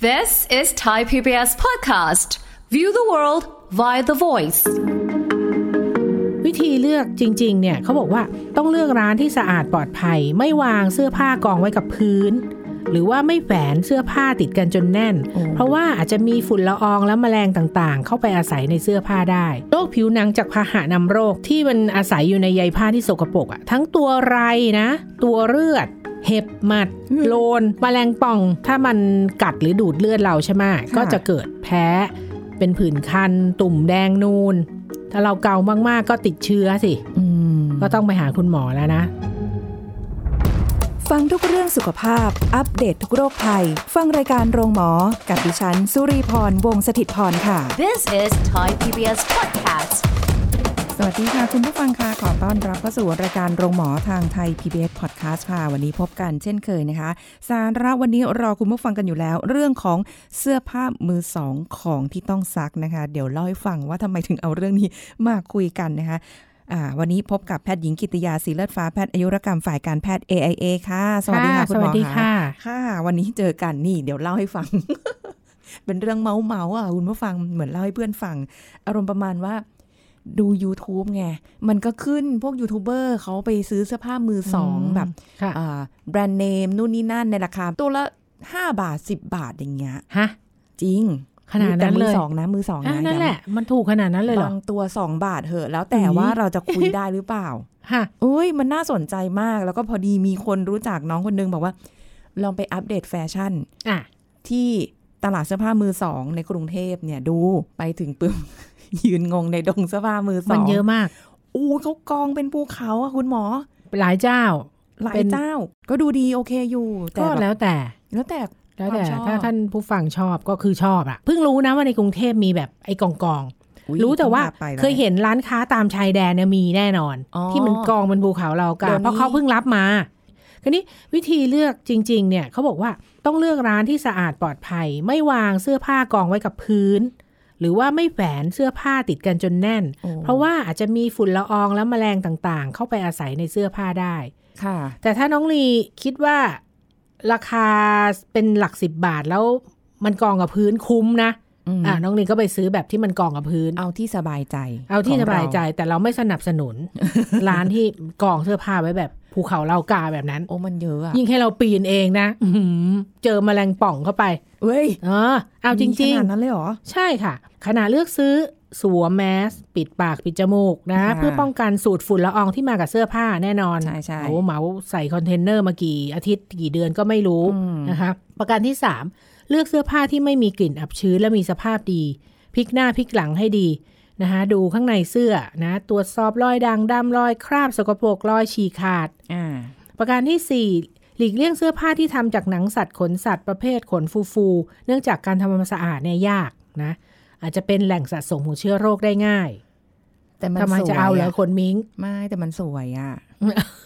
This is Thai PBS podcast. View the world via the voice. วิธีเลือกจริง ๆ เนี่ยเขาบอกว่าต้องเลือกร้านที่สะอาดปลอดภัย ไม่วางเสื้อผ้ากองไว้กับพื้น หรือว่าไม่แฝนเสื้อผ้าติดกันจนแน่น เพราะว่าอาจจะมีฝุ่นละอองและแมลงต่างๆ เข้าไปอาศัยในเสื้อผ้าได้โรคผิวหนังจากพาหะนำโรคที่มันอาศัยอยู่ในใยผ้าที่สกปรกอ่ะทั้งตัวไรนะ ตัวเลือด เห็บหมัด โลนมแมลงป่อง ถ้ามันกัดหรือดูดเลือดเราใช่ไหมก็จะเกิดแพ้ เป็นผื่นคัน ตุ่มแดงนูน ถ้าเราเกามากๆก็ติดเชื้อสิ ก็ต้องไปหาคุณหมอแล้วนะ ฟังทุกเรื่องสุขภาพ อัปเดตททุกโรคภัย ฟังรายการโรงหมอ กับดิฉัน สุรีพร วงศิตพรค่ะ This is Thai PBS podcast. สวัสดีค่ะ คุณผู้ฟังค่ะ ขอต้อนรับเข้าสู่รายการโรงหมอทางไทย PBS Podcast ค่ะ วันนี้พบกันเช่นเคยนะคะ สาระวันนี้รอคุณผู้ฟังกันอยู่แล้ว เรื่องของเสื้อผ้ามือสองของที่ต้องซักนะคะ เดี๋ยวเล่าให้ฟังว่าทำไมถึงเอาเรื่องนี้มาคุยกันนะคะอ่าวันนี้พบกับแพทย์หญิงกิตยาศรีเลือดฟ้าแพทย์อายุรกรรมฝ่ายการแพทย์ AIA ค่ะ สวัสดีค่ะ ค่ะ คุณหสมอวัสดีค่ะ ค่ะวันนี้เจอกันนี่เดี๋ยวเล่าให้ฟัง เป็นเรื่องเมาเมาอ่ะคุณผู้ฟังเหมือนเล่าให้เพื่อนฟัง อารมณ์ประมาณว่า ดู YouTube ไง มันก็ขึ้นพวกยูทูบเบอร์เขาไปซื้อเสื้อผ้ามือสอง อืม แบบ ค่ะ อ่าแบรนด์เนมนู่นนี่นั่นในราคาตัวละห้าบาทสิบบาทอย่างเงี้ย ฮะ จริง ขนาดนั้น แต่มื เลย สองนะ มือสอง อ่ะ นะ นั่นแหละ มันถูกขนาดนั้นเลยเหรอ บางตัวสองบาทเหอะ แล้วแต่ อุ๊ย ว่าเราจะคุยได้หรือเปล่า ฮะ เอ้ยมันน่าสนใจมากแล้วก็พอดีมีคนรู้จักน้องคนนึงบอกว่า ลองไปอัปเดตแฟชั่น อ่ะ ที่ตลาดเสื้อผ้ามือสองในกรุงเทพเนี่ยดูไปถึงปึ้ม ยืนงงในดงเสื้อผ้ามือสอง มันเยอะมาก อู้เขากองเป็นภูเขาอะคุณหมอ หลายเจ้า หลา เป็ ย น เจ้า ก็ดูดีโอเคอยู่แต่ ก็ บบ แล้วแต่ แล้วแต่ แล้วแต่ ความชอบ ถ้าท่านผู้ฟังชอบก็คือชอบอะเพิ่งรู้นะว่าในกรุงเทพมีแบบไอ้กองกองๆ อุ๊ย รู้แต่ว่า ต้องพไปะ เคยเห็นร้านค้าตามชายแดนเนี่ยมีแน่นอน อ๋อ ที่มันกองเป็นภูเขาเรากา เดี๋ยวนี้ เพราะเขาเพิ่งรับมาคันนี้วิธีเลือกจริง ๆ เนี่ยเขาบอกว่าต้องเลือกร้านที่สะอาดปลอดภัย ไม่วางเสื้อผ้ากองไว้กับพื้น หรือว่าไม่แฝนเสื้อผ้าติดกันจนแน่น โอ้ เพราะว่าอาจจะมีฝุ่นละอองและแมลงต่างๆ เข้าไปอาศัยในเสื้อผ้าได้ ค่ะ แต่ถ้าน้องลีคิดว่าราคาเป็นหลักสิบบาทแล้วมันกองกับพื้นคุ้มนะ อืม อ่ะน้องลีก็ไปซื้อแบบที่มันกองกับพื้น เอาที่สบายใจ เอาที่ ข ส งร บายใจแต่เราไม่สนับสนุน ร้านที่กองเสื้อผ้าไว้แบบภูเขาเรากาแบบนั้น โอ้มันเยอะอะ ยิ่งให้เราปีนเองนะอื้อหือเจอแมลงป่องเข้าไป เว้ย เออ เอาจริ มี งๆขนาดนั้นเลยเหรอ ใช่ค่ะ ขณะเลือกซื้อสวมแมส ปิดปากปิดจมูกนะ ค่ะ เพื่อป้องกันสูตรฝุ่นละอองที่มากับเสื้อผ้าแน่นอน ใช่ใช่ โอ้เหมาใส่คอนเทนเนอร์มากี่อาทิตย์กี่เดือนก็ไม่รู้ อืม นะคะ ประการที่ 3 เลือกเสื้อผ้าที่ไม่มีกลิ่นอับชื้นและมีสภาพดีพลิกหน้าพลิกหลังให้ดีนะคะดูข้างในเสื้อนะตรวจสอบรอยด่างดำรอยคราบสกปรกรอยฉีกขาด อ่า ประการที่ 4 หลีกเลี่ยงเสื้อผ้าที่ทำจากหนังสัตว์ขนสัตว์ประเภทขนฟูฟูๆเนื่องจากการทำความสะอาดเนี่ยยากนะอาจจะเป็นแหล่งสะสมของเชื้อโรคได้ง่าย แต่มัน ทำไม สวย จะเอาเหรอขนมิง ไม่แต่มันสวย อะ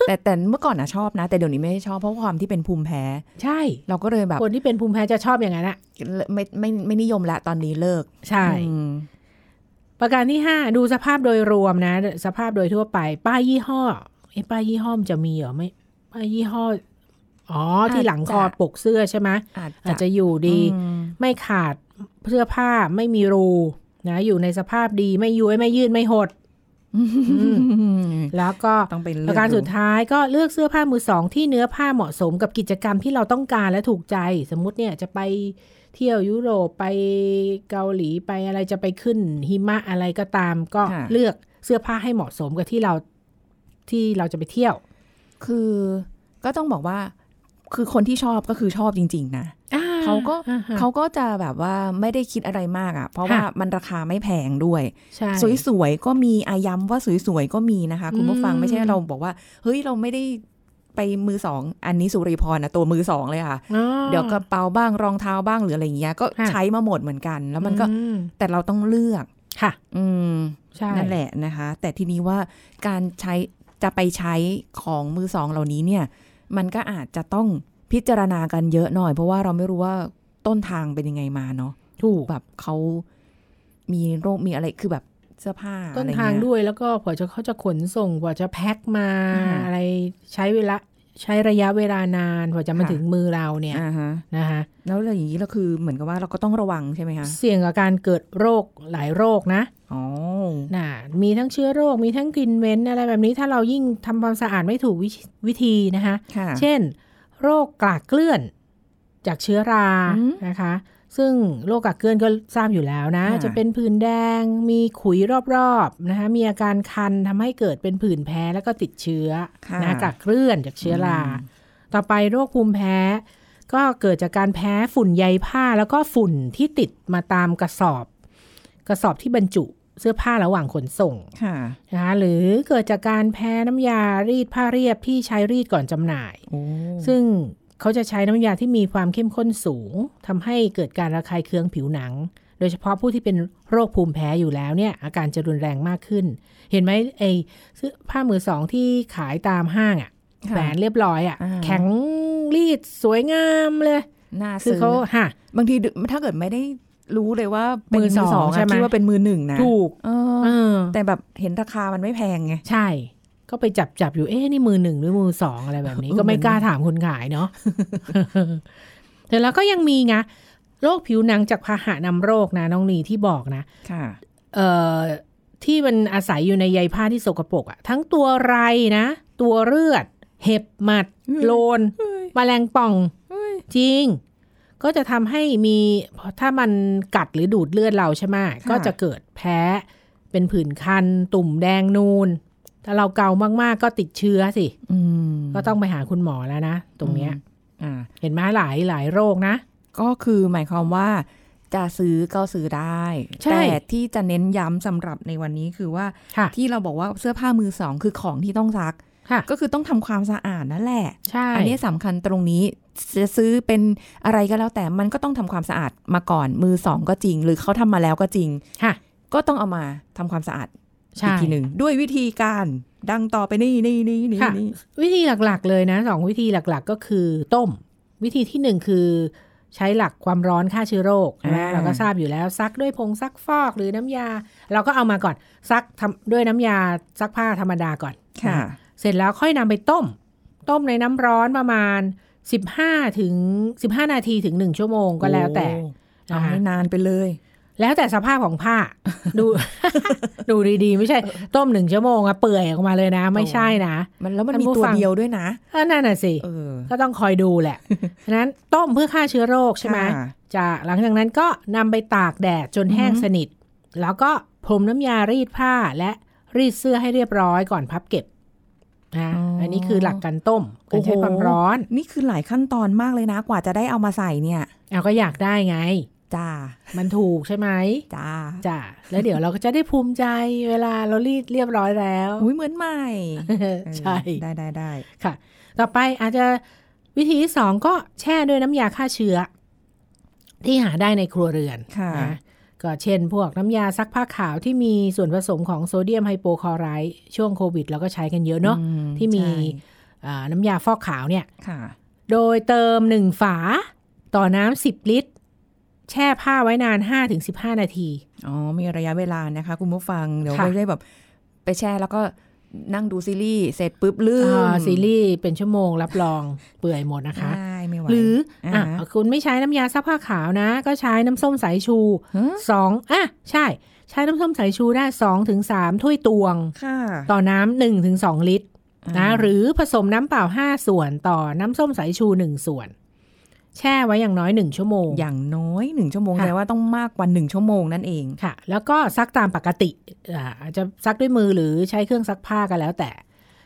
แต่แต่เมื่อก่อนอะชอบนะ แต่เดี๋ยวนี้ไม่ได้ชอบเพราะความที่เป็นภูมิแพ้ ใช่ เราก็เลยแบบ คนที่เป็นภูมิแพ้จะชอบอย่างนั้นอะ ไม่ไม่ไม่นิยมละตอนนี้เลิก ใช่ อืม ประการที่ 5 ดูสภาพโดยรวมนะ สภาพโดยทั่วไป ป้ายยี่ห้อไอ้ป้ายยี่ห้อมนจะมีเหรอไม่ป้ายยี่ห้ออ๋อที่หลังคอปกเสื้อใช่ไหม อาจ อาจจะอยู่ดี อืม ไม่ขาดเสื้อผ้าไม่มีรูนะอยู่ในสภาพดีไม่ย้วยไม่ยืดไม่หด แล้วก็ ต้องเป็น ประการสุดท้ายก็เลือกเสื้อผ้ามือสองที่เนื้อผ้าเหมาะสมกับกิจกรรมที่เราต้องการและถูกใจ สมมติเนี่ยจะไปเที่ยวยุโรปไปเกาหลีไปอะไรจะไปขึ้นหิมะอะไรก็ตาม ก็เลือกเสื้อผ้าให้เหมาะสมกับที่เราที่เราจะไปเที่ยว คือก็ต้องบอกว่า คือคนที่ชอบก็คือชอบจริง ๆ นะ เขาก็ อ่ฮะ เขาก็จะแบบว่าไม่ได้คิดอะไรมากอะ่ะ เพราะว่า ค่ะ มันราคาไม่แพงด้วย ใช่ สวยๆก็มีอาย้ำว่าสวยๆก็มีนะคะ คุณผู้ฟัง อืม ไม่ใช่เราบอกว่า เฮ้ยเราไม่ได้ไปมือสองอันนี้สุริพรนะตัวมือสองเลยค่ะ อ๋อ เดี๋ยวกระเป๋าบ้างรองเท้าบ้างหรืออะไรอย่างเงี้ยก็ ค่ะ ใช้มาหมดเหมือนกัน แล้วมันก็ อื แต่เราต้องเลือก ค่ะ อืม ใช่ นั่นแหละนะคะ แต่ทีนี้ว่าการใช้จะไปใช้ของมือสองเหล่านี้เนี่ย มันก็อาจจะต้องพิจารณากันเยอะหน่อย เพราะว่าเราไม่รู้ว่าต้นทางเป็นยังไงมาเนาะ ถูก แบบเขามีโรคมีอะไรคือแบบเสื้อผ้า ต้น อะไรเ ทางด้วยแล้วก็กว่าจะเขาจะขนส่งกว่าจะแพ็คมา อ่า อะไรใช้เวลา ใช้ระยะเวลานานกว่าจะมา ค่ะ ถึงมือเราเนี่ย อ่าฮะ นะคะ แล้วเรื่องอย่างนี้เราคือเหมือนกับว่าเราก็ต้องระวังใช่ไหมคะ เสี่ยงกับการเกิดโรคหลายโรคนะ อ๋อ น่ะมีทั้งเชื้อโรคมีทั้งกลิ่นเหม็นอะไรแบบนี้ถ้าเรายิ่งทำความสะอาดไม่ถูกวิธีวิธีนะคะ ค่ะ เช่น โรคกลากเกลื่อนจากเชื้อรา อืม นะคะ ซึ่งโรคกลากเกลื่อนก็ทราบอยู่แล้วนะ ค่ะ จะเป็นผื่นแดง มีขุยรอบๆนะคะ มีอาการคันทำให้เกิดเป็นผื่นแพ้แล้วก็ติดเชื้อนะกลากเกลื่อนจากเชื้อรา ต่อไปโรคภูมิแพ้ ก็เกิดจากการแพ้ฝุ่นใยผ้าแล้วก็ฝุ่นที่ติดมาตามกระสอบ กระสอบที่บรรจุเสื้อผ้าระหว่างขนส่ง ค่ะ นะคะหรือเกิดจากการแพ้น้ำยารีดผ้าเรียบที่ใช้รีดก่อนจำหน่าย โอ้ ซึ่งเขาจะใช้น้ำยาที่มีความเข้มข้นสูงทำให้เกิดการระคายเคืองผิวหนัง โดยเฉพาะผู้ที่เป็นโรคภูมิแพ้อยู่แล้วเนี่ยอาการจะรุนแรงมากขึ้น เห็นไหมไอ้เสื้อผ้ามือสองที่ขายตามห้างอะแขวนเรียบร้อยอะ อ่า แข็งรีดสวยงามเลย น่า คือ ซื้อ เขาฮะ บางทีดูถ้าเกิดไม่ได้รู้เลยว่าเป็น มือสอง ะ ใช่ไหม คิดว่าเป็นมือหนึ่งนะ ถูก เออ เออ แต่แบบเห็นราคามันไม่แพงไง ใช่ ก็ไปจับจับอยู่เอ๊ะนี่มือหนึ่งหรือมือสองอะไรแบบนี้ เออ ก็ไม่ เหมือน กล้าถามคนขายเนาะ แต่แล้วก็ยังมีไงโรคผิวหนังจากพาหะนำโรคนะน้องนีที่บอกนะ ค่ะ เอ่อที่มันอาศัยอยู่ในใยผ้าที่สกปรกอะทั้งตัวไรนะ ตัวเลือด เห็บหมัด เฮ้ย โลน เฮ้ย มแมลงป่อง เฮ้ย จริง ก็จะทำให้มีถ้ามันกัดหรือดูดเลือดเราใช่ไหมก็จะเกิดแพ้เป็นผื่นคัน ตุ่มแดงนูน ถ้าเราเกามากๆก็ติดเชื้อสิ อืม ก็ต้องไปหาคุณหมอแล้วนะ ตรงเนี้ย อ่า เห็นไหมหลายหลายโรคนะ ก็คือหมายความว่าจะซื้อก็ซื้อได้ ใช่ แต่ที่จะเน้นย้ำสำหรับในวันนี้คือว่า ค่ะ ที่เราบอกว่าเสื้อผ้ามือสองคือของที่ต้องซัก ค่ะ ก็คือต้องทำความสะอาดนั่นแหละ ใช่ อันนี้สำคัญตรงนี้จะซื้อเป็นอะไรก็แล้วแต่มันก็ต้องทำความสะอาดมาก่อนมือสองก็จริง หรือเขาทำมาแล้วก็จริง ค่ะ ก็ต้องเอามาทำความสะอาดอี ใช่ กทีหนึ่งด้วยวิธีการดังต่อไปนี่นี่นี่นี่ ค่ะ นี่ วิธีหลักๆเลยนะสองวิธีหลักๆก็คือต้ม วิธีที่หนึ่งคือ ใช้หลักความร้อนฆ่าเชื้อโรคใช่ไหมเราก็ทราบอยู่แล้วซักด้วยผงซักฟอกหรือน้ำยา เราก็เอามาก่อนซักทำด้วยน้ำยาซักผ้าธรรมดาก่อน ค่ะ นเสร็จแล้วค่อยนำไปต้ม ต้มในน้ำร้อนประมาณ 15ถึง15 นาทีถึง 1 ชั่วโมงก็แล้วแต่ เอา นะคะ ให้นานไปเลย แล้วแต่สภาพของผ้า ดู ดูดีๆ ไม่ใช่ ต้มหนึ่งชั่วโมงอะเปื่อยออกมาเลยนะ ไม่ใช่นะ มันแล้วมัน ท่าน มี ผู้ ตัว ฟัง เดียวด้วยนะ เออนั่นน่ะสิ เออ ก็ต้องคอยดูแหละ ฉะนั้นต้มเพื่อฆ่าเชื้อโรคใช่ไหม ค่ะ จะหลังจากนั้นก็นำไปตากแดดจนแห้ง อือหือ สนิท แล้วก็พรมน้ำยารีดผ้าและรีดเสื้อให้เรียบร้อยก่อนพับเก็บนะอันนี้คือหลักการต้มการใช้ความร้อน นี่คือหลายขั้นตอนมากเลยนะ กว่าจะได้เอามาใส่เนี่ย เอาก็อยากได้ไง จ้า มันถูกใช่ไหม จ้า จ้ะแล้วเดี๋ยวเราก็จะได้ภูมิใจเวลาเรารีดเรียบร้อยแล้ว อุ้ยเหมือนใหม่ ใช่ เออได้ได้ได้ ค่ะ ต่อไปอาจจะวิธีที่สองก็แช่ด้วยน้ำยาฆ่าเชื้อ ที่หาได้ในครัวเรือน ค่ะ นะก็เช่นพวกน้ำยาซักผ้าขาวที่มีส่วนผสมของโซเดียมไฮโปคลอไรด์ช่วงโควิดเราก็ใช้กันเยอะเนาะ อืม ที่มี ใช่ อ่าน้ำยาฟอกขาวเนี่ย ค่ะ โดยเติม 1 ฝาต่อน้ำ10 ลิตร แช่ผ้าไว้นาน 5-15 นาที อ๋อ มีระยะเวลานะคะ คุณผู้ฟัง เดี๋ยว ค่ะ ไม่ได้แบบ ไปแช่แล้วก็นั่งดูซีรีส์เสร็จปุ๊บลืม อ่าซีรีส์เป็นชั่วโมงรับรอง เปื่อยหมดนะคะ ได้ไม่ไหว หรืออ่ะ อ่าฮะ คุณไม่ใช้น้ำยาซักผ้าขาวนะ ก็ใช้น้ำส้มสายชู ฮะ สองอ่ะใช่ ใช้น้ำส้มสายชูได้2-3ถ้วยตวง ค่ะ ต่อน้ำ1-2 ลิตร นะ อ่า หรือผสมน้ำเปล่า 5 ส่วนต่อน้ำส้มสายชู 1 ส่วน แช่ไว้อย่างน้อย 1 ชั่วโมง อย่างน้อยหนึ่งชั่วโมง ค่ะ แปลว่าต้องมากกว่าหนึ่งชั่วโมงนั่นเอง ค่ะ แล้วก็ซักตามปกติอ่าอาจจะซักด้วยมือหรือใช้เครื่องซักผ้ากันแล้วแต่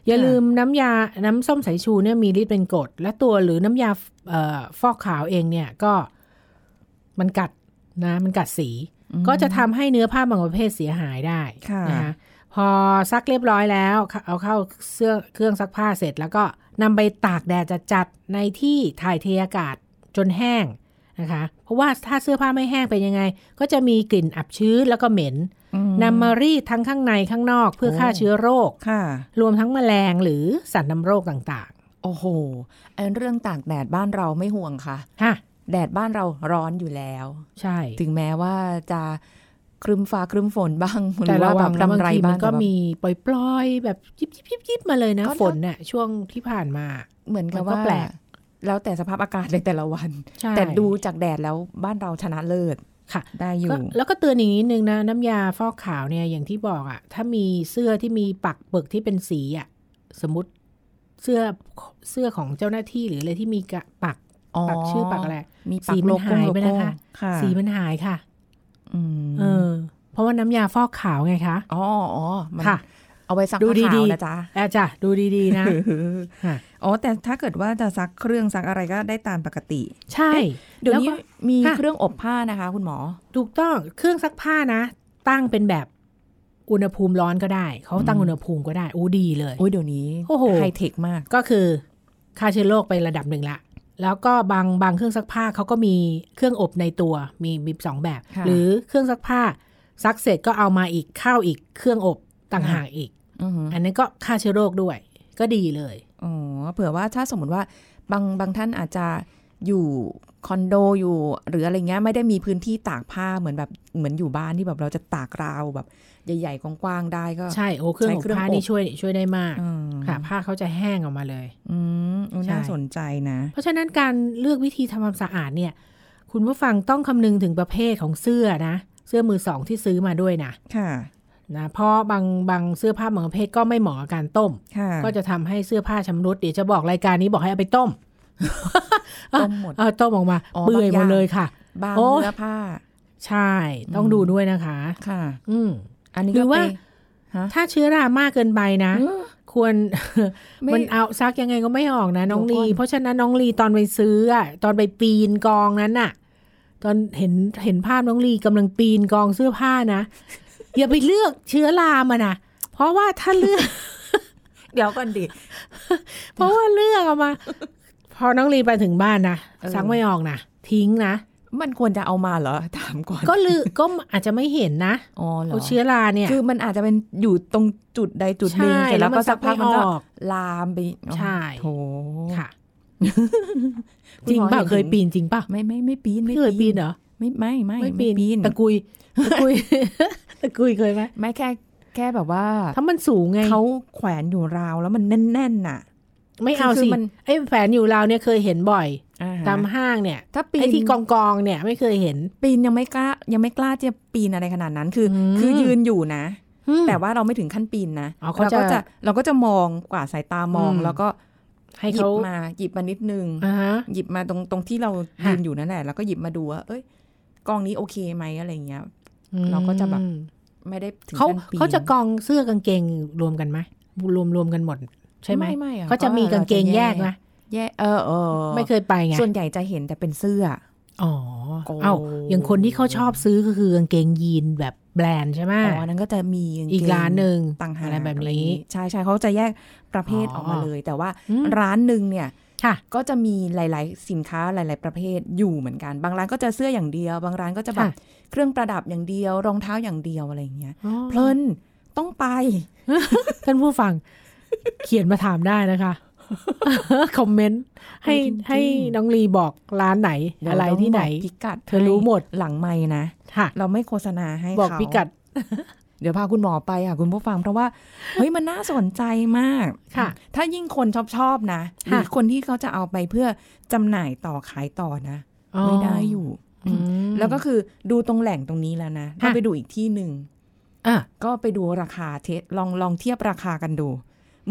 อย่า ค่ะ ลืมน้ำยาน้ำส้มสายชูเนี่ยมีฤทธิ์เป็นกรดและตัวหรือน้ำยาเอ่อฟอกขาวเองเนี่ยก็มันกัดนะ มันกัดสี ก็จะทำให้เนื้อผ้าบางประเภทเสียหายได้ ค่ะ นะคะพอซักเรียบร้อยแล้ว เอาเข้าเสื้อเครื่องซักผ้าเสร็จ แล้วก็นำไปตากแดดจัดๆในที่ถ่ายเทอากาศจนแห้งนะคะ เพราะว่าถ้าเสื้อผ้าไม่แห้งเป็นยังไง ก็จะมีกลิ่นอับชื้นแล้วก็เหม็น อืม นำมารีดทั้งข้างในข้างนอกเพื่อ โอ้ ฆ่าเชื้อโรค ค่ะ รวมทั้งแมลงหรือสัตว์นำโรคต่าง โอ้โหไอ้เรื่องตากแดดบ้านเราไม่ห่วงค่ะ ๆค่ะ แดดบ้านเราร้อนอยู่แล้ว ใช่ ถึงแม้ว่าจะครึมฟ้าครึมฝนบ้างห แต่ รือ ระ ว่า ห แบ ว่าง บ บาง รำไร ทีมั บ้าน ง ก็ แต่แบบ มีปล่อยๆแบบยิบยิบยิบยิบมาเลยนะ ก็เนอะ ฝนน่ะช่วงที่ผ่านมา เหมือนกับ มันก็ ว่า แปลก แล้วแต่สภาพอากาศในแต่ละวัน ใช่ แต่ดูจากแดดแล้วบ้านเราชนะเลิศ ค่ะ ได้อยู่ ก็แล้วก็เตือนอีกนิดนึงนะน้ำยาฟอกขาวเนี่ยอย่างที่บอกอะถ้ามีเสื้อที่มีปักเบิกที่เป็นสีอะสมมติเสื้อเสื้อของเจ้าหน้าที่หรืออะไรที่มีกะปักปักชื่อปักอะไร มี สี ปัก มัน โลโก้ หายไป โล นะ โก้ คะ ค่ะ สีมันหายค่ะ อืม เออ เพราะว่าน้ำยาฟอกขาวไงคะ อ๋ออ๋อมัน ค่ะ เอาไว้ซัก ดู ผ้า ดี ขาว ๆ นะจ๊ะ อาจ้ะดูดีๆนะ ค่ะ อ๋อ แต่ถ้าเกิดว่าจะซักเครื่องซักอะไรก็ได้ตามปกติ ใช่ เดี๋ยว แล้ นี้ ก็ มี ค่ะ เครื่องอบผ้านะคะ คุณหมอ ถูกต้องเครื่องซักผ้านะ ตั้งเป็นแบบอุณหภูมิร้อนก็ได้ เขาตั้ง อืม อุณหภูมิก็ได้อู้ดีเลย โอ้ยเดี๋ยวนี้ โอ้โห ไฮเทคมาก ก็คือฆ่าเชื้อโรคไประดับหนึ่งละ แล้วก็บางบางเครื่องซักผ้าเขาก็มีเครื่องอบในตัวมีมีสองแบบ ค่ะ หรือเครื่องซักผ้าซักเสร็จก็เอามาอีกเข้าอีกเครื่องอบต่าง ค่ะ หากอีก อือหือ อันนั้นก็ฆ่าเชื้อโรคด้วย ก็ดีเลย อ๋อเผื่อว่าถ้าสมมติว่าบางบางท่านอาจจะอยู่คอนโดอยู่ หรืออะไรเงี้ยไม่ได้มีพื้นที่ตากผ้าเหมือนแบบเหมือนอยู่บ้านที่แบบเราจะตากราวแบบ ใหญ่ๆกว้างๆได้ก็ ใช่โอ้เครื่องอ ใช้ บ เครื่อง ผ้า อบ นี่ช่วยช่วยได้มาก อืม ค่ะผ้าเขาจะแห้งออกมาเลย อืมโอ้ ใช่ น่าสนใจนะ เพราะฉะนั้นการเลือกวิธีทำความสะอาดเนี่ย คุณผู้ฟังต้องคำนึงถึงประเภทของเสื้อนะ เสื้อมือสองที่ซื้อมาด้วยนะ ค่ะ นะเพราะบางบางเสื้อผ้าบางประเภทก็ไม่เหมาะกับการต้ม ค่ะ ก็จะทำให้เสื้อผ้าชำรุดเดี๋ยวจะบอกรายการนี้บอกให้เอาไปต้ม ต้มหมด เอาต้มออกมา อ๋อ เปื่อยหม บาดงอย่าง เลยค่ะ บาง โอ้ย เนื้อผ้า ใช่ต้อง อืม ดูด้วยนะคะ ค่ะ อืม อันนี้ หรือว่า ก็ไปฮะ ถ้าเชื้อรามากเกินไปนะ อืม ควร ไม่ มันเอาซักยังไงก็ไม่ออกนะน้อง เดี๋ยวก่ ลี อน เพราะฉะนั้นน้องลีตอนไปซื้ออะตอนไปปีนกองนั้นน่ะ ตอนเห็นเห็นภาพน้องลีกำลังปีนกองเสื้อผ้านะ อย่าไปเลือกเชื้อรามานะเพราะว่าถ้าเลือก เดี๋ยวก่อนดิ เพราะว่าเลือกเออกมา พอน้องลีไปถึงบ้านนะ เออ ซักไม่ออกนะทิ้งนะ มันควรจะเอามาเหรอ ถามก่อน ก็ลือก็อาจจะไม่เห็นนะ อ๋อเหรอ เอาเชื้อราเนี่ย คือมันอาจจะเป็นอยู่ตรงจุดใดจุดหนึ่ง ใช่ เสร็จแล้ว แล้วมั ก็ น สักพักมัน ซักไม่ก็ออก ลามไปอ๋อ ใช่ โถ ค่ะ คุณ จริง หมอ เปล่า เห็น เคยปีนจริงเปล่า ไม่ไม่ไม่ปีนไม่ ไม่เคยปีนเหรอ ไม่ไม่ไม่ ไม่ปี ไม่ น ปีน ตะกุยตะกุย ตะกุยเคยไหม ไม่แค่แค่แบบว่า ถ้ามันสูงไง เขาแขวนอยู่ราวแล้วมันแน่นๆน่ะ ไม่เอา คือ สิ มัน ไอ้แฝนอยู่ลาวเนี่ยเคยเห็นบ่อย อ่ฮะ ตามห้างเนี่ย ถ้าปีน ไอ้ที่กองกองๆเนี่ยไม่เคยเห็น ปีนยังไม่กล้ายังไม่กล้าจะปีนอะไรขนาดนั้นคืออ ม คือยืนอยู่นะ อืม แต่ว่าเราไม่ถึงขั้นปีนนะ อ๋อเขา เรา จะ ก็จะเราก็จะมองกว่าดสายตามอง อืม แล้วก็ ให้ หยิ เขา บมาหยิบมานิดนึง อ่าฮะ หยิบมาตรงตรงที่เรา ค่ะ ยืนอยู่นั่นแหละ แล้วก็หยิบมาดูว่า เอ้ย กองนี้โอเคไหมอะไรเงี้ย เราก็จะแบบ อืม ไม่ได้ถึง เขา ขั้นปีน เขาจะกองเสื้อกางเกงรวมกันไหมรวมรวมกันหมด ใช่ไหม ไม่อ เขาจะมีกางเกงแยกไหม แยกเออเออ ไม่เคยไปไง ส่วนใหญ่จะเห็นแต่เป็นเสื้อ อ๋อ โอ้ เอ้าอย่างคนที่เขาชอบซื้อก็คือกางเกงยีนแบบแบรนด์ใช่ไหม อ๋ออันนั้นก็จะมีกงเง อีกร้านหนึ่ง ต่างหาก อะไรแบบนี้ ใช่ใช่เขาจะแยกประเภท อ๋อ ออกมาเลย แต่ว่า อืม ร้านหนึ่งเนี่ย ค่ะ ก็จะมีหลาย ๆ สินค้าหลาย ๆ ประเภทอยู่เหมือนกัน บางร้านก็จะเสื้ออย่างเดียว บางร้านก็จะแบบ ค่ะ เครื่องประดับอย่างเดียว รองเท้าอย่างเดียวอะไรอย่างเงี้ย เพ ลิ ลิ น นต้องไป ท่านผู้ฟัง เขียนมาถามได้นะคะ คอมเมนต์ ให้ จริงๆ ให้น้องลีบอกร้านไหน อะไรที่ไหน เดี๋ยวเราต้องบอกพิกัด เธอรู้หมด หลังไม่นะ ค่ะ เราไม่โฆษณาให้ บอก เขา พิกัด เดี๋ยวพาคุณหมอไปค่ะคุณผู้ฟัง เพราะว่า เฮ้ยมันน่าสนใจมาก ค่ะ ถ้ายิ่งคนชอบชอบนะหรือ ค่ะ คนที่เขาจะเอาไปเพื่อจำหน่ายต่อขายต่อนะ ไม่ได้อยู่ อืม แล้วก็คือดูตรงแหล่งตรงนี้แล้วนะถ้า ค่ะ ไปดูอีกที่หนึ่ง อ่ะ ก็ไปดูราคาเทสลองลองเทียบราคากันดู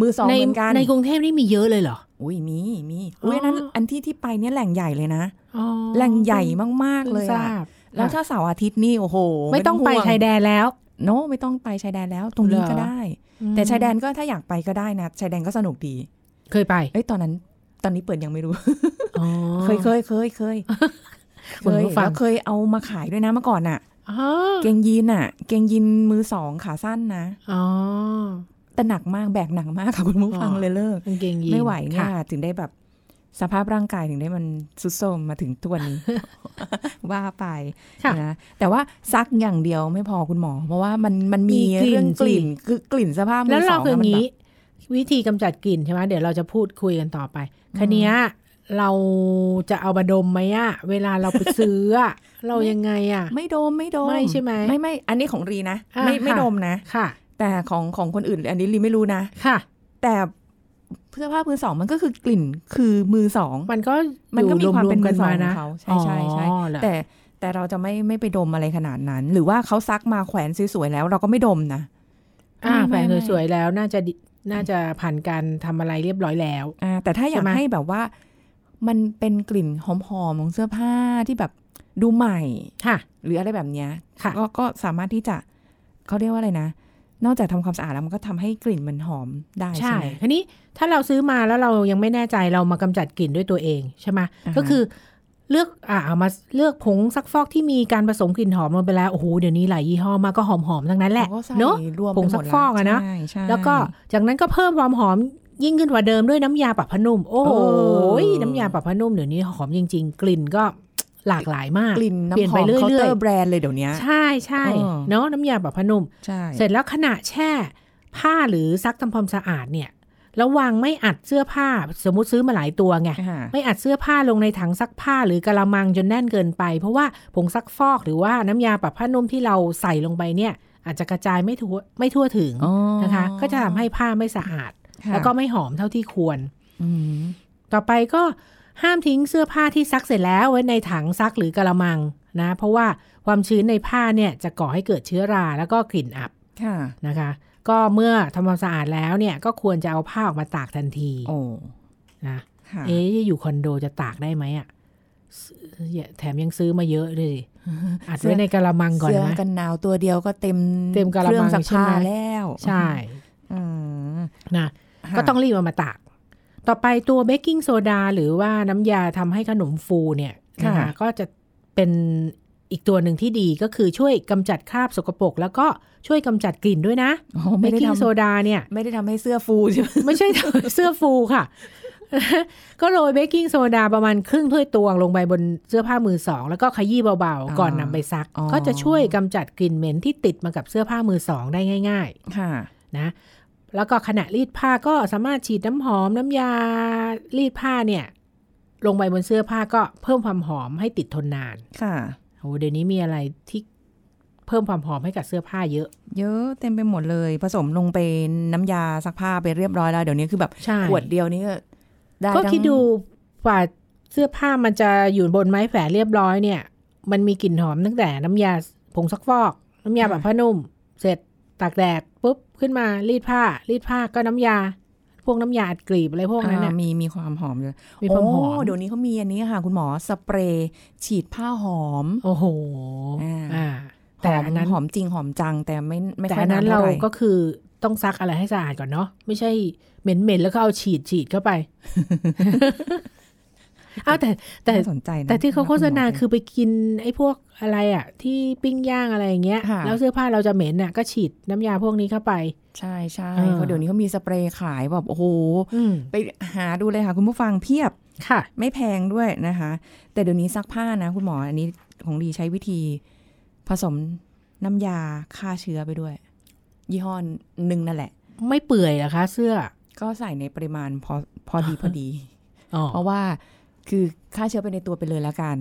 มือสอง ใน เหมือนกัน ในกรุงเทพนี่มีเยอะเลยเหรอ อุ้ยมีมี อ๋ออุ๊ อุ้ยอันนั้นอันที่ที่ไปเนี่ยแหล่งใหญ่เลยนะ อ๋อ แหล่งใหญ่มาก ๆ เลย พิ่งท อะ ราบ แล้วถ้าเสาร์อาทิตย์นี่โอ้โห ไม่ต้องไปชายแดนแล้ว โน no, ไม่ต้องไปชายแดนแล้ว ตรงนี้ เหรอ ก็ได้ แต่ชายแดนก็ถ้าอยากไปก็ได้นะชายแดนก็สนุกดี เคยไป เอ้ยตอนนั้น ตอนนี้เปิดยังไม่รู้ อ๋อ เคยเคยเคยเค ย คุณ เคย ผู้ฟัง แล้วเคยเอามาขายด้วยนะเมื่อก่อนอะ อ๋อ เกงยีนอะเกงยีนมือสองขาสั้นนะ อ๋อ แต่หนักมากแบกหนักมากค่ะคุณผู้ฟัง อ๋อ เลยเลิก กางเกงยีน ไม่ไหวเนี่ย ค่ะ ถึงได้แบบสภาพร่างกายถึงได้มันสุดโทรมมาถึงทุกวันนี้ ว่าไป ค่ะ นะแต่ว่าซักอย่างเดียวไม่พอคุณหมอ เพราะว่ามันมันมี มีกลิ่น เรื่องกลิ่น สิ คือกลิ่นสภาพมื แล้ว อส เรา อง คือออะมัน ย่าง แบ นี้ บ วิธีกำจัดกลิ่นใช่ไหมเดี๋ยวเราจะพูดคุยกันต่อไปคันนี้ยเราจะเอามาดมไหมอะเวลาเราไปซื้อ อะเรายังไงอะ ไม่โดมไม่โดม ไม่ใช่ไหม ไม่ไม่อันนี้ของรีนะ อ่า ไม่ไม่ ค่ะ โดมนะ ค่ะ แต่ของของคนอื่น อันนี้รีไม่รู้นะ ค่ะ แต่ เสื้อผ้ามือสองมันก็คือกลิ่นคือมือสอง มันก็ มันก็มีความเป็น ยู่รๆ มือสอง นะ ของเขาใช่ใช่ใช่ อ๋อเหรอ แต่แต่เราจะไม่ไม่ไปดมอะไรขนาดนั้น หรือว่าเขาซักมาแขวนสวยๆแล้วเราก็ไม่ดมนะ อ่า ไม่ แฟน ไม่ สวยๆแล้วน่าจะดิน่าจะผ่านการทำอะไรเรียบร้อยแล้ว อ่าแต่ถ้าอยาก ใช่ไหม ให้แบบว่า มันเป็นกลิ่นหอมๆของเสื้อผ้าที่แบบดูใหม่ ค่ะ หรืออะไรแบบเนี้ย ค่ะ ก็ก็สามารถที่จะเขาเรียกว่าอะไรนะ นอกจากทำความสะอาดแล้วมันก็ทำให้กลิ่นมันหอมได้ใช่ ใช่ ไหม ทีนี้ถ้าเราซื้อมาแล้วเรายังไม่แน่ใจเรามากำจัดกลิ่นด้วยตัวเองใช่ไหม อ่าฮะ ก็คือเลือกอ่าเอามาเลือกผงซักฟอกที่มีการผสมกลิ่นหอมลงไปแล้วโอ้โหเดี๋ยวนี้หลายยี่ห้อมากก็หอมๆทั้งนั้นแหละ เขาก็ใส่ เนอะ รวม ผง ไปหมด ซักฟอกอะนะ ใช่ใช่ แล้วก็จากนั้นก็เพิ่มความหอมยิ่งขึ้นกว่าเดิมด้วยน้ำยาปรับผ้านุ่ม โอ้โห เออ น้ำยาปรับผ้านุ่มเดี๋ยวนี้หอมจริง ๆ กลิ่นก็หลากหลายมาก กลิ่น เปลี่ยน น้ำห ไป อม เรื่อยๆ เคาน์เตอร์แบรนด์เลยเดี๋ยวเนี้ย ใช่ใช่ เออ เนาะน้ำยาปรับผ้านุ่ม ใช่ เสร็จแล้วขณะแช่ผ้าหรือซักทำความสะอาดเนี่ยระวังไม่อัดเสื้อผ้าสมมติซื้อมาหลายตัวไง อ่า ไม่อัดเสื้อผ้าลงในถังซักผ้าหรือกระมังจนแน่นเกินไป เพราะว่าผงซักฟอกหรือว่าน้ำยาปรับผ้านุ่มที่เราใส่ลงไปเนี่ยอาจจะกระจายไม่ทั่วไม่ทั่วถึง อ๋อ นะคะ ก็จะทำให้ผ้าไม่สะอาด ค่ะ แล้วก็ไม่หอมเท่าที่ควร อืม ต่อไปก็ห้ามทิ้งเสื้อผ้าที่ซักเสร็จแล้วไว้ในถังซักหรือกระมังนะ เพราะว่าความชื้นในผ้าเนี่ยจะก่อให้เกิดเชื้อราแล้วก็กลิ่นอับ ค่ะ นะคะ ก็เมื่อทำความสะอาดแล้วเนี่ยก็ควรจะเอาผ้าออกมาตากทันที โอ้ นะ ค่ะ เอ๊ะอยู่คอนโดจะตากได้ไหมอะซื้อเนี่ยแถมยังซื้อมาเยอะเลย อัดไว้ในกระมังก่อน เสื้อ นะ กันหนาวตัวเดียวก็เต็ม เต็มกะละมัง คองซักผ้า ใช่ไหม แล้ว ใช่ อืม นะ ค่ะ ก็ต้องรีบเอามาตาก ต่อไปตัวเบกกิ้งโซดาหรือว่าน้ำยาทำให้ขนมฟูเนี่ยนะคะก็จะเป็นอีกตัวหนึ่งที่ดีก็คือช่วยกำจัดคราบสกปรกแล้วก็ช่วยกำจัดกลิ่นด้วยนะ อ๋อ เบ ไม่ ก ได้ กิ้ง ทำ โซดาเนี่ย ไม่ได้ทำให้เสื้อฟู ใช่ไหม ไม่ใช่ เสื้อฟูค่ะ ก็โรยเบกกิ้งโซดาประมาณครึ่งถ้วยตวงลงไปบนเสื้อผ้ามือสอง แล้วก็ขยี้เบาๆ ก่อนนำไปซัก อ๋อ ก็จะช่วยกำจัดกลิ่นเหม็นที่ติดมากับเสื้อผ้ามือสองได้ง่าย ค่ะ ๆ นะ แล้วก็ขณะรีดผ้าก็สามารถฉีดน้ำหอมน้ำยารีดผ้าเนี่ย ลงไปบนเสื้อผ้าก็เพิ่มความหอมให้ติดทนนาน ค่ะ โอ้เดี๋ยวนี้มีอะไรที่เพิ่มความหอมให้กับเสื้อผ้าเยอะ เยอะเต็มไปหมดเลย ผสมลงไปน้ำยาซักผ้าไปเรียบร้อยแล้วเดี๋ยวนี้คือแบบ ใช่ ขวดเดียวนี่ก็ได้ ก็ ทั้ง คิดดูกว่าเสื้อผ้ามันจะอยู่บนไม้แขวนเรียบร้อยเนี่ย มันมีกลิ่นหอมตั้งแต่น้ำยาผงซักฟอก น้ำยา ค่ะ แบบผ้านุ่ม เสร็จตากแดดปุ๊บขึ้นมารีดผ้า รีดผ้าก็น้ำยา พวกน้ำยาอัดกลีบอะไรพวกนั้นน่ะ อ่ามีมีความหอมเลย มีความหอม โเดี๋ยวนี้เขามีอันนี้ค่ะ คุณหมอสเปรย์ฉีดผ้าหอม โอ้โห อ่า อ่า แต่ หอม อันนั้น หอมจริงหอมจังแต่ไม่ไม่ แต่ ค่อย อันนั้น น เรา ท่ไห ก็คือต้องซักอะไรให้สะอาดก่อนเนาะไม่ใช่เหม็นๆแล้วก็เอาฉีดฉีดเข้า ไป เอาแต่แต่ น่าสนใจนะ แต่ที่เขาโฆษณา ณหม คือไปกินไอ้พวกอะไรอ่ะ ที่ปิ้งย่างอะไรอย่างเงี้ย ค่ะ แล้วเสื้อผ้าเราจะเหม็นน่ะก็ฉีดน้ำยาพวกนี้เข้าไป ใช่ใช่ เออ เขาเดี๋ยวนี้เขามีสเปรย์ขายแบบโอ้โห อืม ไปหาดูเลยค่ะ คุณผู้ฟังเพียบ ค่ะ ไม่แพงด้วยนะคะ แต่เดี๋ยวนี้ซักผ้านะ คุณหมออันนี้ของดีใช้วิธี ผสมน้ำยาฆ่าเชื้อไปด้วย ยี่ห้อหนึ่งนั่นแหละ ไม่เปื่อยเหรอคะ เสื้อ ก็ใส่ในปริมาณพอพอดีพอ ดี อ๋อ เพราะว่าคือฆ่าเชื้อไปในตัวไปเลยละกัน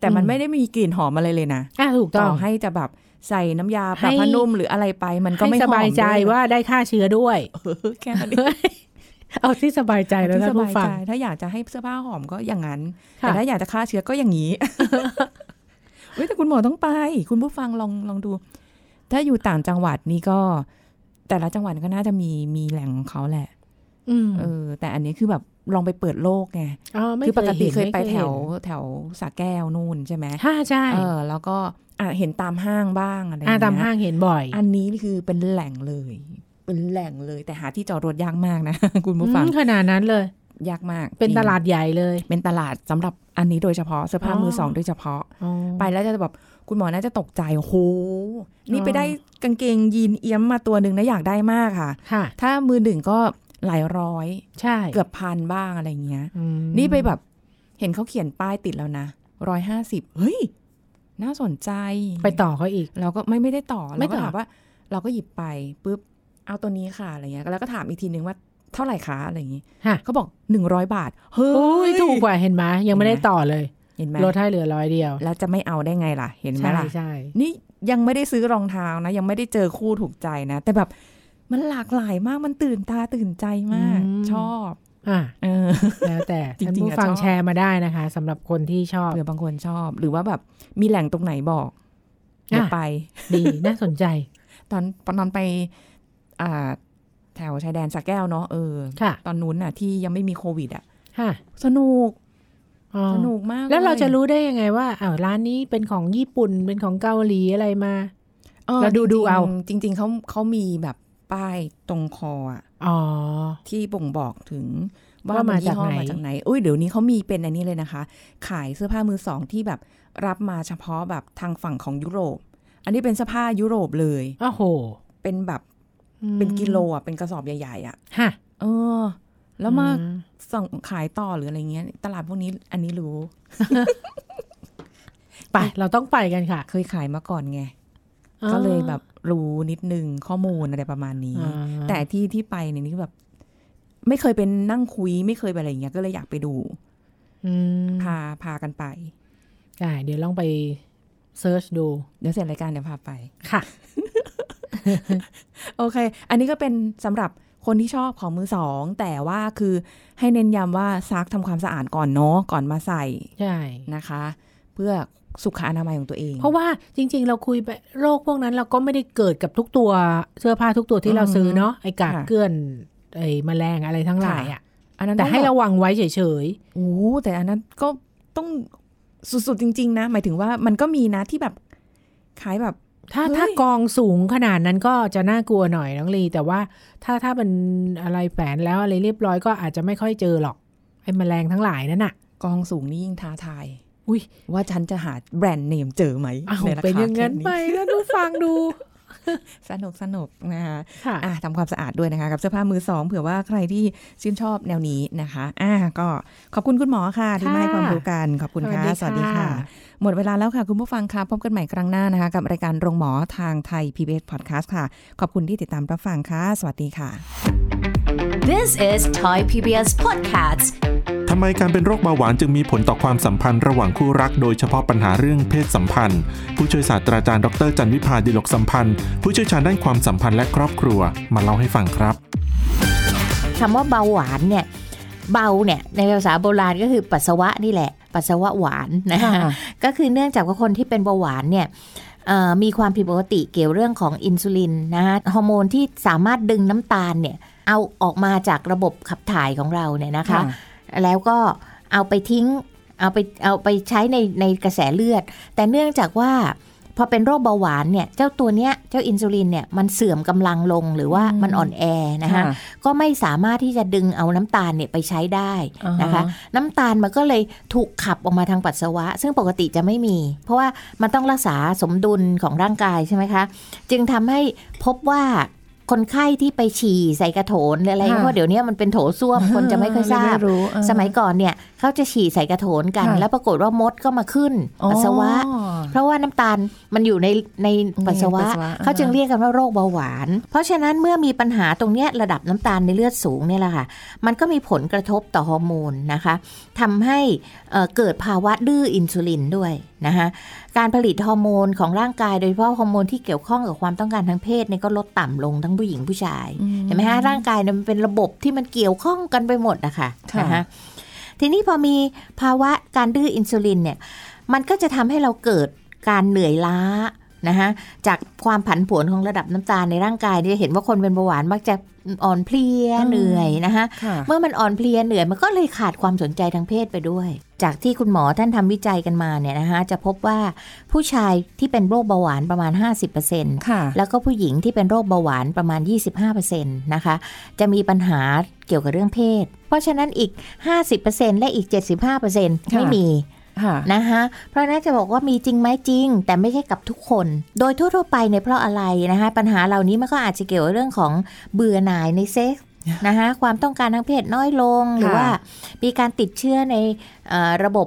แต่มัน อืม ไม่ได้มีกลิ่นหอมอะไรเลยนะ อ่ะถูกต้ ต่ อ อง ให้จะแบบใส่น้ำยาป ให้ รับผ้านุ่มหรืออะไรไป มันก็ไม่ ให้สบายใจ หอมด้ย ว่าได้ฆ่าเชื้อด้วย แค่นั้นเอง เอาที่สบายใจแล้ว ที่ นะ ส ผู้ บาย ฟัง ใจถ้าอยากจะให้เสื้อผ้าหอมก็อย่างนั้น ค่ะ แต่ถ้าอยากจะฆ่าเชื้อก็อย่างนี้ เว้ยแต่คุณหมอต้องไป คุณผู้ฟังลองลองดู ถ้าอยู่ต่างจังหวัดนี่ก็ แต่ละจังหวัดก็น่าจะมีมีแหล่งของเขาแหละ อืม เออ แต่อันนี้คือแบบลองไปเปิดโลกไง อ๋อไม่ คือปกติเคย ห็น ไป ม่ แถว เห็น แถวสระแก้วนู่นใช่ไหม ค่ะใช่ เออ แล้วก็อ่ะเห็นตามห้างบ้างอะไรอย่ อ่า เย ตามห้างเห็นบ่อย อันนี้คือเป็นแหล่งเลย เป็นแหล่งเลย แต่หาที่จอดรถยากมากนะ คุณผู้ฟัง อืมขนาดนั้นเลย ยากมาก เป็น จริง ตลาดใหญ่เลย เป็นตลาดสำหรับอันนี้โดยเฉพาะเสื้อผ้า อ๋อ มือสองโดยเฉพาะ อ๋อ ไปแล้วจะแบบคุณหมอน่าจะตกใจโอ้โหนี่ อ๋อ ไปได้กางเกงยีนเอี้ยมมาตัวหนึ่งนะอยากได้มากค่ะ ค่ะ ถ้ามือหนึ่งก็หลายร้อย ใช่ เกือบพันบ้างอะไรอย่างเงี้ย อืม นี่ไปแบบเห็นเขาเขียนป้ายติดแล้วนะร้อยห้าสิบเฮ้ย น่าสนใจ ไปต่อเขาอีก เราก็ไม่ไม่ได้ต่อ ไม่ต่เราก็ อ ถามว่า เราก็หยิบไปปุ๊บเอาตัวนี้ค่ะอะไรเงี้ยแล้วก็ถามอีกทีนึงว่าเท่าไหร่คะอะไรอย่างงี้ ค่ะ เขาบอกหนึ่งร้อยบาทเฮ้ โอ้ย ย ถูกกว่าเห็นไหมยังไม่ได้ต่อเลย เห็นไหม ลดให้เหลือร้อยเดียว แล้วจะไม่เอาได้ไงล่ะ เห็นไหม ใช่ ล่ะ ใช่ นี่ยังไม่ได้ซื้อรองเท้านะ ยังไม่ได้เจอคู่ถูกใจนะ แต่แบบ มันหลากหลายมากมันตื่นตาตื่นใจมาก อืม ชอบ อ่ะ เอ อ แล้วแต่ จริงๆ ท่านผู้ อะ ฟัง ชอบ แชร์มาได้นะคะสำหรับคนที่ชอบ เผื่อบางคนชอบ หรือว่าแบบมีแหล่งตรงไหนบอกเดี๋ยว อ่ะ ไป ดีน่าสนใจ ตอนตอนนอนไปอ่าแถวชายแดนสระแก้วเนาะเออ ค่ะ ตอนนู้นน่ะ ที่ยังไม่มีโควิดอ่ะ ค่ะ สนุก อ๋อ สนุกมาก แล้วเรา ย จะรู้ได้ยังไงว่าอ้าวร้านนี้เป็นของญี่ปุ่นเป็นของเกาหลีอะไรมา ออ เราดู จงๆ ดูเอา จริง ๆเขาเขามีแบบป้ายตรงคออ่ะ อ๋อ ที่บ่งบอกถึง ว่ามาจาก ยี่ห้อ ไหน มาจากไหนอุ้ยเดี๋ยวนี้เขามีเป็นอันนี้เลยนะคะ ขายเสื้อผ้ามือสองที่แบบรับมาเฉพาะแบบทางฝั่งของยุโรป อันนี้เป็นเสื้อผ้ายุโรปเลย โอ้โห เป็นแบบ อืม เป็นกิโลอ่ะเป็นกระสอบใหญ่ๆอ่ะ ค่ะ เออ แล้วมาส่งขายต่อหรืออะไรเงี้ย ตลาดพวกนี้อันนี้รู้ ไปเราต้องไปกันค่ะ เคยขายมาก่อนไง ก็เลยแบบรู้นิดนึงข้อมูลอะไรประมาณนี้ อ่า แต่ที่ที่ไปเนี่ยนี่คือแบบ ไม่เคยเป็นนั่งคุยไม่เคยไปอะไรอย่างเงี้ยก็เลยอยากไปดู อืม พาพากันไป ได้เดี๋ยวลองไปเซิร์ชดู เดี๋ยวเสร็จรายการเดี๋ยวพาไป ค่ะ โอเค อันนี้ก็เป็นสำหรับคนที่ชอบของมือสอง แต่ว่าคือให้เน้นย้ำว่าซักทำความสะอาดก่อนเนาะก่อนมาใส่ ใช่ นะคะ เพื่อสุขอนามัยของตัวเอง เพราะว่าจริง ๆ เราคุยไปโรคพวกนั้นเราก็ไม่ได้เกิดกับทุกตัวเสื้อผ้าทุกตัวที่เราซื้อเนาะไอ้กาก ค่ะ เกลื่อนไอ้แมลงอะไรทั้งหลาย ค่ะ อ่ะ อันนั้น แต่ อง ให้ แบบ ระวังไว้เฉย โอ้แต่อันนั้นก็ต้องสุดๆจริง ๆ นะ หมายถึงว่ามันก็มีนะที่แบบขายแบบ ๆถ้า เฮ้ย ถ้ากองสูงขนาดนั้นก็จะน่ากลัวหน่อยน้องลี แต่ว่าถ้าถ้าเป็นอะไรแฝนแล้วอะไรเรียบร้อยก็อาจจะไม่ค่อยเจอหรอกไอ้แมลงทั้งหลายนั่นน่ะ กองสูงนี่ยิ่งท้าทาย อุ้ย ว่าฉันจะหาแบรนด์เนมเจอไหม เอา ในรา เป็น คา อย่างนั้น แค่ ไปแล้วดูฟังดู สนุกสนุกนะคะ ค่ะ อ่ะทำความสะอาดด้วยนะคะ กับเสื้อผ้ามือสองเผื่อว่าใครที่ชื่นชอบแนวนี้นะคะอ่ะก็ขอบคุณคุณหมอค่ะ ที่มาให้ความรู้กัน ขอบคุณค่ะ สวัสดีค่ะ หมดเวลาแล้วค่ะ คุณผู้ฟังค่ะ พบกันใหม่ครั้งหน้านะคะ กับรายการโรงหมอทางไทย PBS Podcast ค่ะ ขอบคุณที่ติดตามรับฟังค่ะ สวัสดีค่ะ This is Thai PBS Podcasts. ทำไมการเป็นโรคเบาหวานจึงมีผลต่อความสัมพันธ์ระหว่างคู่รักโดยเฉพาะปัญหาเรื่องเพศสัมพันธ์ ผู้ช่วยศาสตราจารย์ดรจันวิพาดิลกสัมพันธ์ ผู้เชี่ยวชาญด้านความสัมพันธ์และครอบครัว มาเล่าให้ฟังครับ คำว่าเบาหวานเนี่ยเบาเนี่ยในภาษาโบราณก็คือปัสสาวะนี่แหละ ปัสสาวะหวานนะ ค่ะ ก็คือเนื่องจากว่าคนที่เป็นเบาหวานเนี่ยเอ่อมีความผิดปกติเกี่ยวเรื่องของอินซูลินนะคะฮอร์โมนที่สามารถดึงน้ำตาลเนี่ยเอาออกมาจากระบบขับถ่ายของเราเนี่ยนะคะ แล้วก็เอาไปทิ้งเอาไปเอาไปใช้ในในกระแสเลือด แต่เนื่องจากว่าพอเป็นโรคเบาหวานเนี่ยเจ้าตัวเนี้ยเจ้าอินซูลินเนี่ยมันเสื่อมกำลังลงหรือว่ามันอ่อนแอนะคะ ก็ไม่สามารถที่จะดึงเอาน้ำตาลเนี่ยไปใช้ได้นะคะ น้ำตาลมันก็เลยถูกขับออกมาทางปัสสาวะ ซึ่งปกติจะไม่มี เพราะว่ามันต้องรักษาสมดุลของร่างกายใช่ไหมคะ จึงทำให้พบว่าคนไข้ที่ไปฉี่ใส่กระโถนหรืออะไร ค่ะ เพราะเดี๋ยวนี้มันเป็นโถส้วมคนจะไม่ค่อยทราบ สมัยก่อนเนี่ยเขาจะฉี่ใส่กระโถนกัน ค่ะ แล้วปรากฏว่ามดก็มาขึ้นปัสสาวะ เพราะว่าน้ำตาลมันอยู่ในในปัสสาวะ ปัสสาวะ เขาจึง อ่าฮะ เรียกกันว่าโรคเบาหวาน เพราะฉะนั้นเมื่อมีปัญหาตรงเนี้ยระดับน้ำตาลในเลือดสูงเนี่ยแหละค่ะ มันก็มีผลกระทบต่อฮอร์โมนนะคะทำให้เอ่อเกิดภาวะดื้ออินซูลินด้วยนะคะการผลิตฮอร์โมนของร่างกายโดยเฉพาะฮอร์โมนที่เกี่ยวข้องกับความต้องการทางเพศเนี่ยก็ลดต่ำลงทั้งผู้หญิงผู้ชาย เห็นไหมฮะร่างกายเนี่ยมันเป็นระบบที่มันเกี่ยวข้องกันไปหมดนะคะ ค่ะ นคะทีนี้พอมีภาวะการดื้ออินซูลินเนี่ย มันก็จะทำให้เราเกิดการเหนื่อยล้านะคะจากความผันผวนของระดับน้ำตาลในร่างกายเนี่ยเห็นว่าคนเป็นเบาหวานมักจะอ่อนเพลียเหนื่อยนะคะ ค่ะ เมื่อมันอ่อนเพลียเหนื่อยมันก็เลยขาดความสนใจทางเพศไปด้วย จากที่คุณหมอท่านทำวิจัยกันมาเนี่ยนะคะจะพบว่าผู้ชายที่เป็นโรคเบาหวานประมาณ 50% ค่ะ แล้วก็ผู้หญิงที่เป็นโรคเบาหวานประมาณ 25%นะคะ จะมีปัญหาเกี่ยวกับเรื่องเพศ เพราะฉะนั้นอีก 50%และอีก 75%ไม่มี ค่ะ นะคะ เพราะน่าจะบอกว่ามีจริงไหมจริง แต่ไม่ใช่กับทุกคน โดยทั่วๆไปเนี่ยเพราะอะไรนะคะ ปัญหาเหล่านี้มันก็อาจจะเกี่ยวกับเรื่องของเบื่อหน่ายในเซ็ กส์นะคะความต้องการทางเพศน้อยลง หรือว่ามีการติดเชื้อในเอ่อระบบ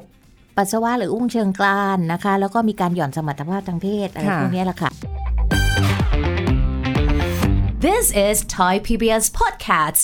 ปัสสาวะหรืออุ้งเชิงกรานนะคะ แล้วก็มีการหย่อนสมรรถภาพทางเพศอะไรพวกเนี้ยแหละค่ะ This is Thai PBS Podcasts.